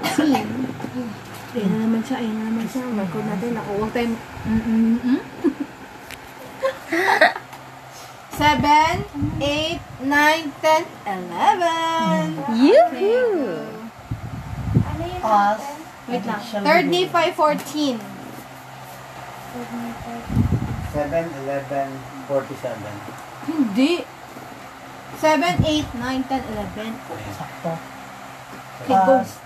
Ayan. Ayan na naman siya, ayan na naman siya. Record natin, naku, huwag tayo... Seven, eight, nine, ten, eleven. Yoo-hoo! Ano yung Pause. Wait lang. Third knee, five, fourteen. 7, 11, 47. Hindi. Seven, eight, nine, ten, eleven. Sakto. Okay, go. Fast,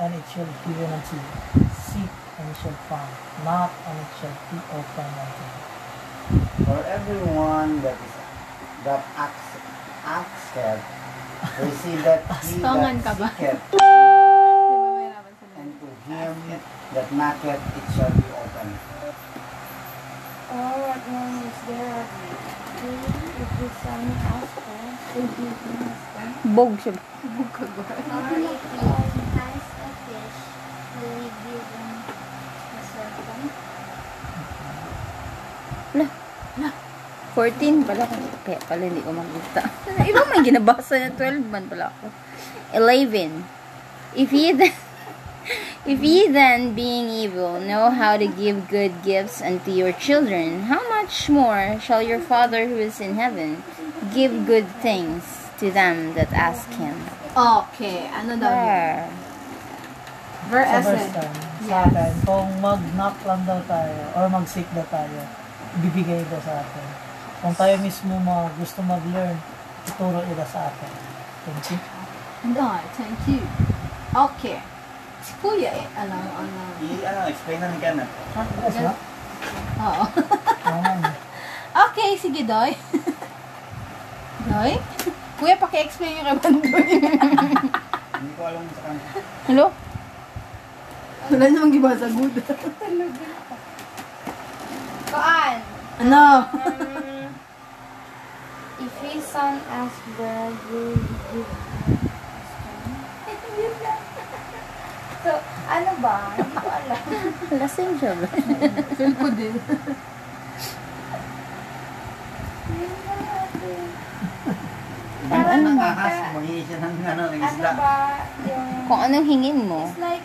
and it shall be given unto you. Seek, and it shall find. Knock, and it shall be opened unto you. For everyone that is that acts asketh, receiveth he Pastongan ka that ba? seeketh, Di ba may raman sa and to him that knocketh it shall be opened. All that one is there of thee, if the Son ask for, will give him his own. Bog siya. Or if he ask a fish, will he give him a serpent? 14 pala ko. Kaya pala hindi ko makita. Iba may ginabasa na 12 man pala ako. 11. If ye then, if ye then, being evil, know how to give good gifts unto your children, how much more shall your Father who is in heaven give good things to them that ask him? Ah. Okay, ano daw yun? There. Ver Sa verse essence. time, sa Yes. atin, kung mag-knock lang daw tayo, or mag-seek daw tayo, bibigay daw sa atin. Kung tayo mismo mga gusto mag-learn, ituro ila sa atin. Thank you. No, thank you. Okay. Si Kuya eh, alam, alam. I, ano, explain na ni Kenneth. Ah, yes, ha? Oo. Ayan. Okay, sige, Doy. Doy? Kuya, paki-explain yung kay Bandoy. Hindi ko alam sa kanila. Hello? Wala namang iba sa good. Koan! Ano? Um, if his son asks bread, will he give him a stone? Yun lang. so, ano ba? Hindi ko alam. Lasing siya ba? Feel ko din. Yun lang natin. Ano nang kan ahas, mangingi siya ng ano, ng Ano isla. ba yung... Kung anong hingin mo. It's like...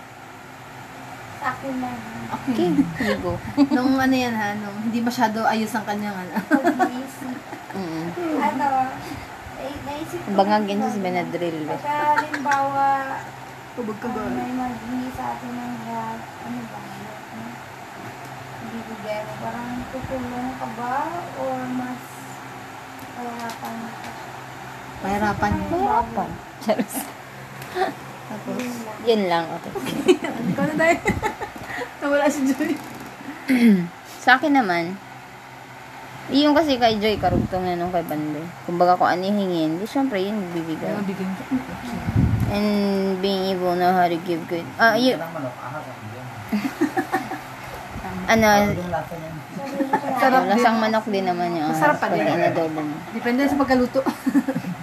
Sa akin lang. Okay, here you go. Nung ano yan ha, nung hindi masyado ayos ang kanyang ano. Pag-iisip. Mm. ano? eh, Naisip ko. Bangag yun sa Benadryl. eh. Pagka, halimbawa, Tubog ka um, ba? may maghingi sa atin ng help, ano ba? yun? Bibigyan mo. Parang tutulong ka ba? Or mas... Pahirapan mo pa siya? Pahirapan mo. Mahirapan. Charos. Tapos, Yun lang. Yun lang, okay. ikaw na Oh, tayo. Nawala si Joy. Sa akin naman, yung kasi kay Joy, karugtong yan nung kay Bandoy. Kumbaga kung ano yung hingin, di syempre yun yung bibigay. Mabigyan ka. And being able know how to give good. Ah, Hindi yun, ka lang manok, ahas ang diyan. ano, Parang yung lasa niya. Sarili ko lang. Sarap ano, lasang manok din naman yung Masarap pa pag din. inadobo mo. Depende sa pagkaluto.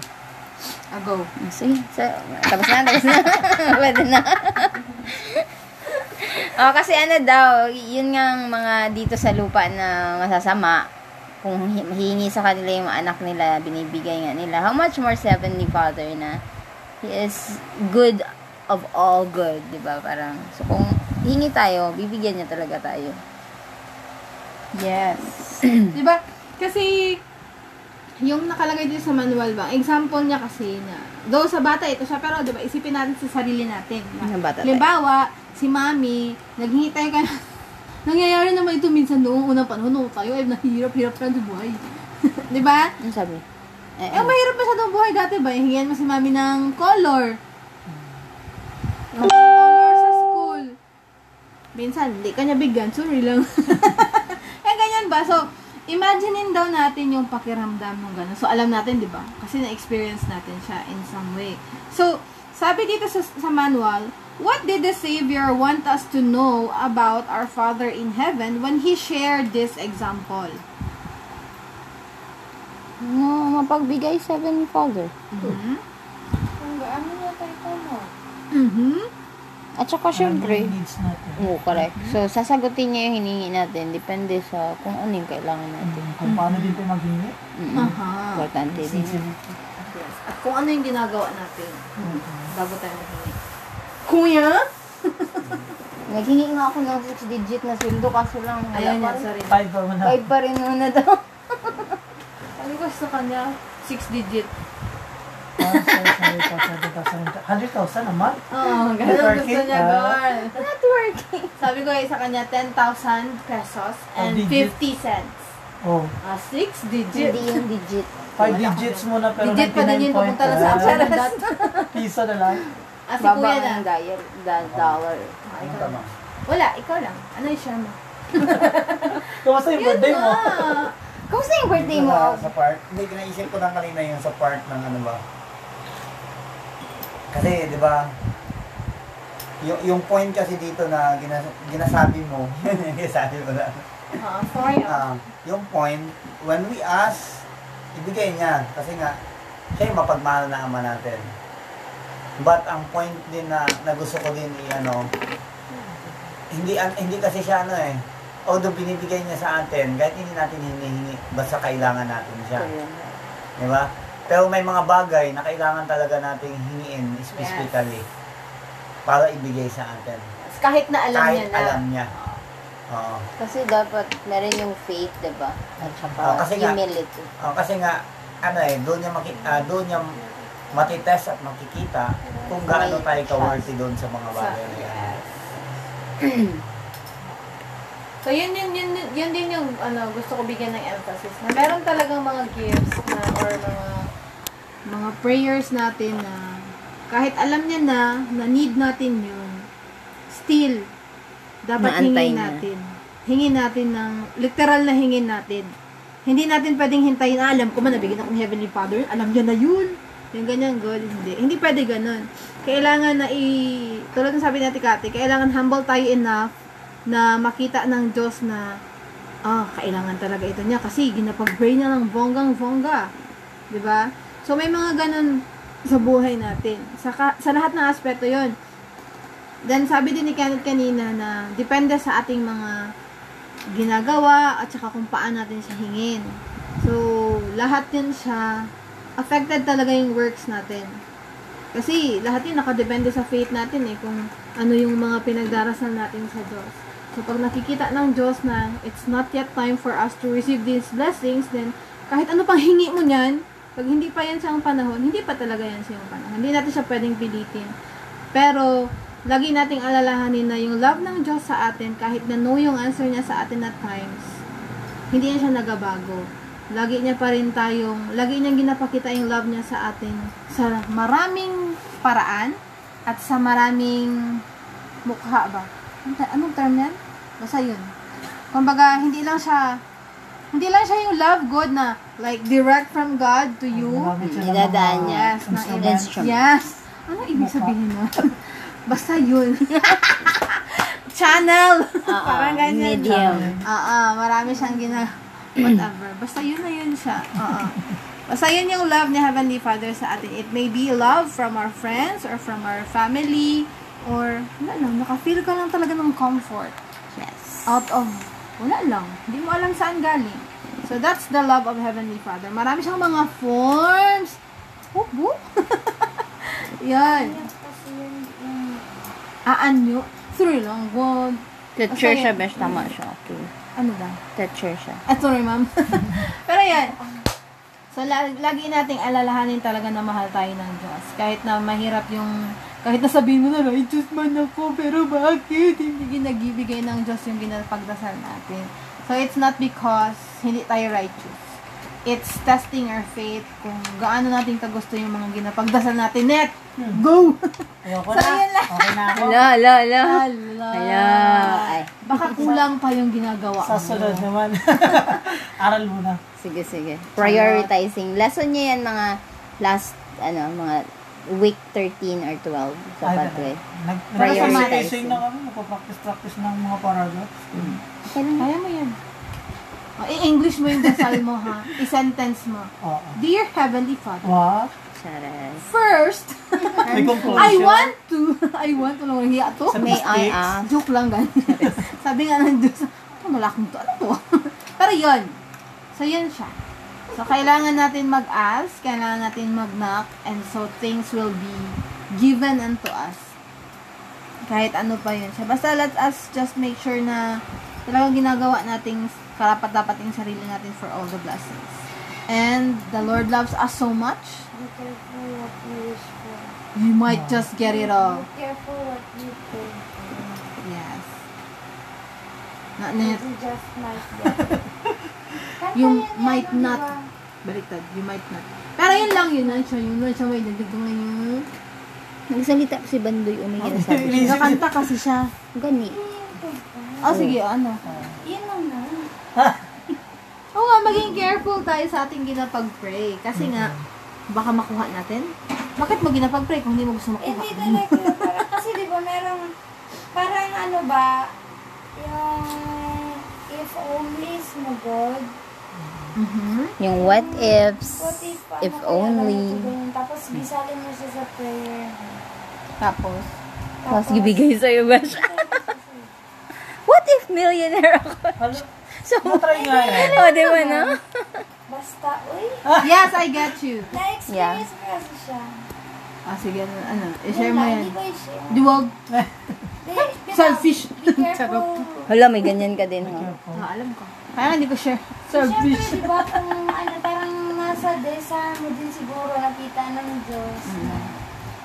Ah, go. Oh, Sige, so, tapos na, tapos na. Pwede na. oh, kasi ano daw, yun nga ang mga dito sa lupa na masasama. Kung hi- hihingi sa kanila yung mga anak nila, binibigay nga nila. How much more seven ni Father na he is good of all good, di ba? Parang, so kung hingi tayo, bibigyan niya talaga tayo. Yes. Di ba? Diba? Kasi, yung nakalagay dito sa manual ba, example niya kasi na, though sa bata ito siya, pero di ba, isipin natin sa sarili natin. Na, Ng bata tayo. Halimbawa, si mami, naghingi tayo ka Nangyayari naman ito minsan noong unang panahon, noong tayo ay nahihirap-hirap na sa buhay. Diba? di ba? Ano sabi? Eh, Eh, mahirap pa siya noong buhay dati ba? Hingihan mo si mami ng color. Ng color sa school. Minsan, hindi ka niya bigyan. Sorry lang. eh, ganyan ba? So, imaginein daw natin yung pakiramdam ng gano'n. So, alam natin, di ba? Kasi na-experience natin siya in some way. So, sabi dito sa, sa manual, What did the Savior want us to know about our Father in Heaven when He shared this example? no, mapagbigay seven ni Father. Mhm. Kung gaano niya Ano tayo mo? Mhm. At saka, syempre, Ano yung needs natin? Oo, correct. So, sasagutin niya yung hiningi natin. Depende sa kung ano yung kailangan natin. Kung paano din tayo maghingi? Mm-mm. Aha. Importante din. yun. Sincerity. Yes. At kung ano yung ginagawa natin bago tayo maghingi. Kuya? Naghingi nga ako ng 6-digit na sweldo kaso lang. wala Ayaw pa niya, rin. sorry. Five or one ah. half. Five pa rin muna daw. Ano ko sa kanya? Six digit. Parang sorry, sorry, sorry, sorry, sorry, sorry. Hundred thousand a month? Oo, oh, ganun gusto Networking, niya, ah. girl. Networking. Sabi ko eh, sa kanya, 10,000 pesos and Oh, digit. 50 cents. Oh, Ah, six Hindi digit. yung digit. five digits muna pero Digit pa din yun 99 point. papunta na sa akin. Piso na lang. Ah, si Baba kuya na. ang dial, da- dollar. Ah, Ano ikaw. tama? Wala, ikaw lang. Ano yung share mo? Ah. Kamusta yung birthday mo? Kamusta yung birthday Dito mo? na Sa part, hindi, naisip ko lang kanina yung sa part ng ano ba. Kasi, di ba, yung, yung point kasi dito na ginas, ginasabi mo, ginasabi mo na, Ah, for you. ah, yung point, when we ask, ibigay niya. Kasi nga, siya yung mapagmahal na ama natin. But ang point din na, na gusto ko din i-ano, hindi, an- hindi kasi siya ano eh, although binibigay niya sa atin, kahit hindi natin hinihingi, basta kailangan natin siya. Ayun. Di ba? Pero may mga bagay na kailangan talaga nating hingiin specifically para ibigay sa atin. Kahit na alam Kahit niya na. alam niya. Oo. Kasi dapat meron yung faith, di ba? At Ah, saka kasi nga- humility. Oo, Oh, kasi nga, ano eh, doon niya, maki, ah, doon niya matitest at makikita kung gaano May tayo ka-worthy trust. doon sa mga Sa, bagay na yan. so, yun, yun, yun, yun, yun din yung ano, gusto ko bigyan ng emphasis. Na meron talagang mga gifts na or mga mga prayers natin na kahit alam niya na na need natin yun, still, dapat Naantay hingin niya. natin. Hingin natin ng, literal na hingin natin. Hindi natin pwedeng hintayin, ah, alam ko man, nabigyan ako ng Heavenly Father, alam niya na yun. Yung ganyan, God, hindi. Hindi pwede ganun. Kailangan na i... Tulad ng sabi ni Ate Kati, kailangan humble tayo enough na makita ng Diyos na ah, kailangan talaga ito niya kasi ginapag-pray niya ng bonggang-bongga. 'Di ba? So, may mga ganun sa buhay natin. Sa, ka- sa lahat ng aspeto yon Then, sabi din ni Kenneth kanina na depende sa ating mga ginagawa at saka kung paano natin siya hingin. So, lahat yun siya, affected talaga yung works natin. Kasi lahat yun nakadepende sa faith natin eh, kung ano yung mga pinagdarasal natin sa Diyos. So, pag nakikita ng Diyos na it's not yet time for us to receive these blessings, then kahit ano pang hingi mo niyan, pag hindi pa yan siyang panahon, hindi pa talaga yan siyang panahon. Hindi natin siya pwedeng pilitin. Pero, lagi nating alalahanin na yung love ng Diyos sa atin, kahit na no yung answer niya sa atin at times, hindi niya siya nagabago. Lagi niya pa rin tayong, lagi niyang ginapakita yung love niya sa atin sa maraming paraan at sa maraming mukha ba? Ano ta- Anong term yan? Basta yun. Kumbaga, hindi lang siya, hindi lang siya yung love God na like direct from God to you. Marami siya ng mga Dinadaan niya. Yes, na instrument. Instrument. Yes. Ano ibig sabihin na? Basta yun. Channel. Oo, Parang ganyan. medium. Oo, marami siyang gina... Whatever. Basta yun na yun siya. Oo. Basta yun yung love ni Heavenly Father sa atin. It may be love from our friends or from our family or wala lang, nakafeel ka lang talaga ng comfort Yes. out of wala lang. Hindi mo alam saan galing. So that's the love of Heavenly Father. Marami siyang mga forms. Hubo. Yan. Kasi yun yung Aanyo. Through long God. Teacher Basta siya, yun. best tama siya. Okay. Ano ba? Teacher siya. Ah, sorry, ma'am. Pero yan. So, la- lagi nating alalahanin talaga na mahal tayo ng Diyos. Kahit na mahirap yung... Kahit na sabihin mo na, righteous man ako, pero bakit? Hindi ginagibigay ng Diyos yung ginapagdasal natin. So, it's not because hindi tayo righteous. It's testing our faith kung gaano natin kagusto yung mga ginapagdasal natin. Net! Go! Ayoko So, na. yun lang. Okay na ako. Ala, ala, ala. Hala. Hala. Oh. Ah. Ay. Baka kulang pa yung ginagawa mo. Sa sunod naman. Aral mo na. Sige, sige. Prioritizing. Lesson niya yan mga last, ano, mga week 13 or 12. Ay, Kapag eh. Nag Prioritizing. Nag-practice na kami. Nagpa-practice-practice ng mga paragraphs. Mm. Kailan? Kaya mo yan. O, i-English mo yung dasal mo, ha? I-sentence mo. Oo. Dear Heavenly Father, Wow. Charas. first, May conclusion. I want to, I want to, lang hiya to. Sa Ano May I ah, mistakes. ask? Joke lang, gan. Sabi nga ng Diyos, ano malakang to, ano to? Pero yun. So, yun siya. So, kailangan natin mag-ask, kailangan natin mag-knock, and so things will be given unto us. kahit ano pa yun siya. Basta let us just make sure na talagang ginagawa nating karapat-dapat yung sarili natin for all the blessings. And the Lord loves us so much, Be careful what you wish for. you might just get it all. Be careful what you pray for. Yes. Not You na just might get. Kanta Yung yan eh, might ano, not. diba? Baliktad. You might not. Pero yun lang yun. Ano siya? Yun lang siya. May dadagdagan yun. Nagsalita si Bandoy umingin sa akin. Nakakanta kasi siya. Gani. Oh, sige. Ano? Yun lang na. Oo nga, maging careful tayo sa ating ginapag-pray. Kasi nga, baka makuha natin. Bakit mo ginapag-pray kung hindi mo gusto Hindi makuha? talaga. Parang, kasi di ba merong, parang ano ba, yung if only is mo God, Mhm. Yung what ifs, what if, ano, if kaya ganito, only. ganyan? Tapos bisalin mo siya sa prayer. Tapos, Tapos ibigay sa'yo ba siya? What if millionaire ako? Halo, So, matry nga yan. Ano o, di ba no? Basta, uy, yes, I get you. na-experience ko kasi siya. Ah, sige. Ano? ano Yun I-share mo lang, yan. Hindi ko i-share. Duwag. Di- di- Selfish. Be careful. Hala, may ganyan ka din, ha? Ah, alam ko. Kaya hindi ko share. Siyempre, Selfish. di ba, kung ano, parang nasa desa mo din siguro nakita ng Diyos. Mm. na,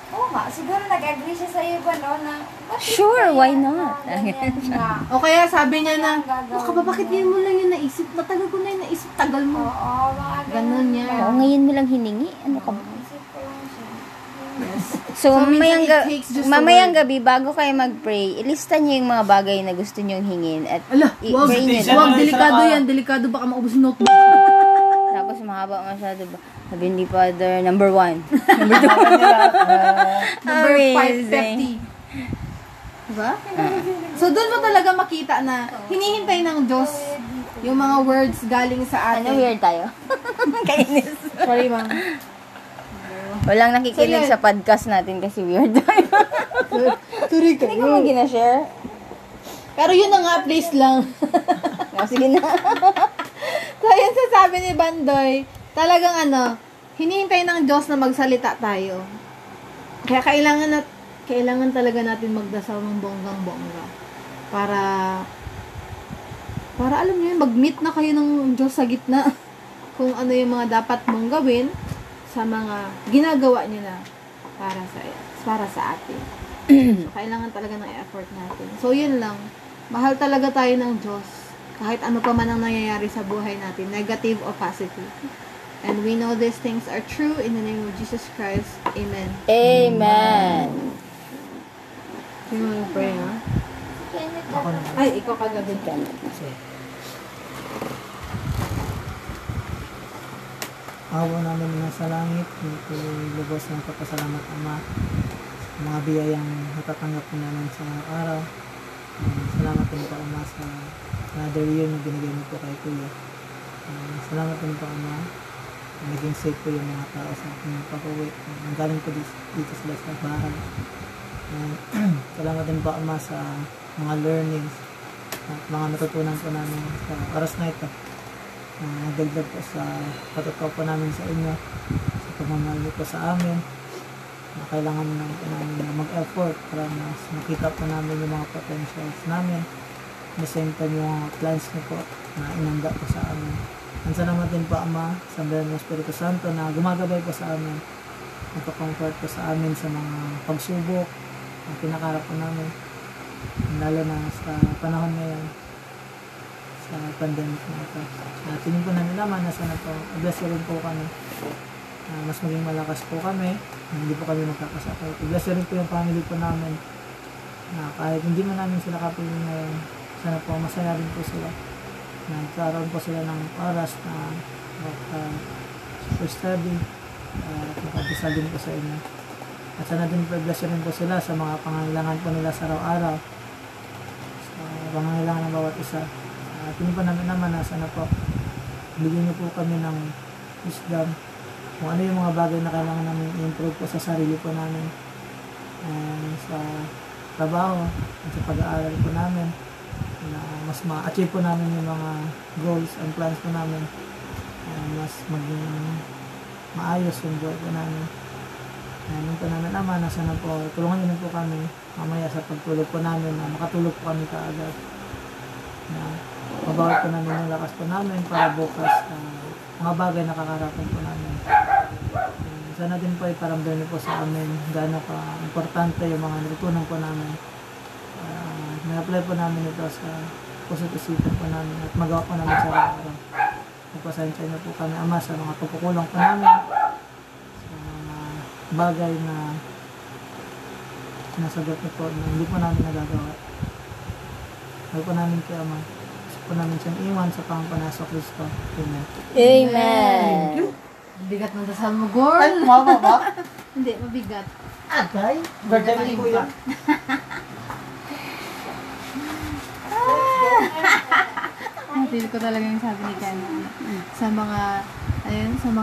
Oo nga, siguro nag-agree siya sa iyo ba, no? Na, "Bakit Sure, kaya why not?" na ganyan nga? O kaya sabi niya na, Oh. o Ang kapapakit ngayon mo lang yun naisip. Matagal ko na yun naisip. Tagal mo. Oo, mga Ganun yan. yan. Oo, Oh, ngayon mo lang hiningi. Ano ka ba? Isip ko lang siya. So, So, minsan mamayang, it ga- takes just a mamayang word. gabi, bago kayo mag-pray, ilista niyo yung mga bagay na gusto niyong hingin at Ala, wag, i-pray niyo Decision. lang. wag, delikado yan, delikado baka maubos yung notebook. Tapos mahaba masyado ba? Sabi ni Father, number one. Number Amazing. 550. Diba? So, doon mo talaga makita na hinihintay ng Diyos yung mga words galing sa Ano atin. weird tayo? Kainis. Sorry, ma'am. Walang So, nakikinig yun. sa podcast natin kasi weird tayo. Sorry ka. Hindi ko mo ginashare. Pero yun na nga, please lang. No, sige na. so, yun sasabi ni Bandoy, talagang ano, hinihintay ng Diyos na magsalita tayo. Kaya kailangan nat kailangan talaga natin magdasal ng bonggang-bongga. Para, para alam niyo yun, mag-meet na kayo ng Diyos sa gitna. Kung ano yung mga dapat mong gawin sa mga ginagawa niyo na para sa, para sa atin. So, kailangan talaga ng effort natin. So, yun lang. Mahal talaga tayo ng Diyos. Kahit ano pa man ang nangyayari sa buhay natin, negative or positive. And we know these things are true in the name of Jesus Christ. Amen. Amen. Yun lang yung prayer, ha? Can you talk about Ay, ikaw kagabi ka. Awa namin na sa langit, pinipili lubos ng kapasalamat Ama sa mga biyayang natatanggap ko namin sa araw. Um, salamat din po Ama sa another year na binigay mo po kay Kuya. Um, salamat din po Ama na naging safe po yung mga tao sa aking pag-uwi. Um, ang galing po dito, dito sila sa bahay. Um, salamat din po Ama sa mga learnings at mga natutunan po namin sa oras na ito na nagdagdag po sa patotoo po namin sa inyo, sa pagmamahal niyo po sa amin, na kailangan na po namin na mag-effort para mas makita po namin yung mga potentials namin. At the same time, yung mga plans niyo po na inanda po sa amin. Ang salamat din po, Ama, sa Brian Espiritu Santo na gumagabay po sa amin, nagpa-comfort po sa amin sa mga pagsubok na pinakarap po namin, lalo na sa panahon ngayon sa pandemic na ito. Uh, tingin po namin naman na sana po, bless rin po kami. Ah, mas maging malakas po kami, na hindi po kami magkakasakit. Bless rin po yung family po namin. Na kahit hindi man namin sila kapiling ngayon, sana po masaya rin po sila. Nagkaroon po sila ng oras na uh, for study ah, at makapisa din po sa inyo. At sana din po bless rin po sila sa mga pangangailangan po nila sa araw-araw sa pangangailangan ng bawat isa. At yun pa namin naman na sana po, bigyan niyo po kami ng wisdom kung ano yung mga bagay na kailangan namin i-improve po sa sarili po namin and sa trabaho at sa pag-aaral po namin na mas ma-achieve po namin yung mga goals and plans po namin Ah, and mas maging maayos yung buhay po namin. Namin po namin, Ama, nasa na po, tulungan niyo na po kami mamaya sa pagtulog po namin na makatulog po kami kaagad. Na mabawal po namin yung lakas po namin para bukas ah, mga bagay na kakarapan po namin. Eh, Sana din po ay paramdam niyo po sa amin gaano ka importante yung mga natutunan po namin. Ah, na-apply po namin ito sa puso't isipan po namin at magawa po namin sa araw-araw. Nagpasensya na po kami, Ama, sa mga pagkukulang po namin sa mga bagay na nasagot na po na hindi po namin nagagawa. Huwag po namin kaya ma. Gusto po namin siyang iwan sa pangpanasok Kristo. Amen. Amen. Bigat ng dasal mo, girl. Ay, mama ba? Hindi, mabigat. Atay? Birthday ni Kuya. Feel ko talaga yung sabi ni Ken. Sa mga, ayun, sa mga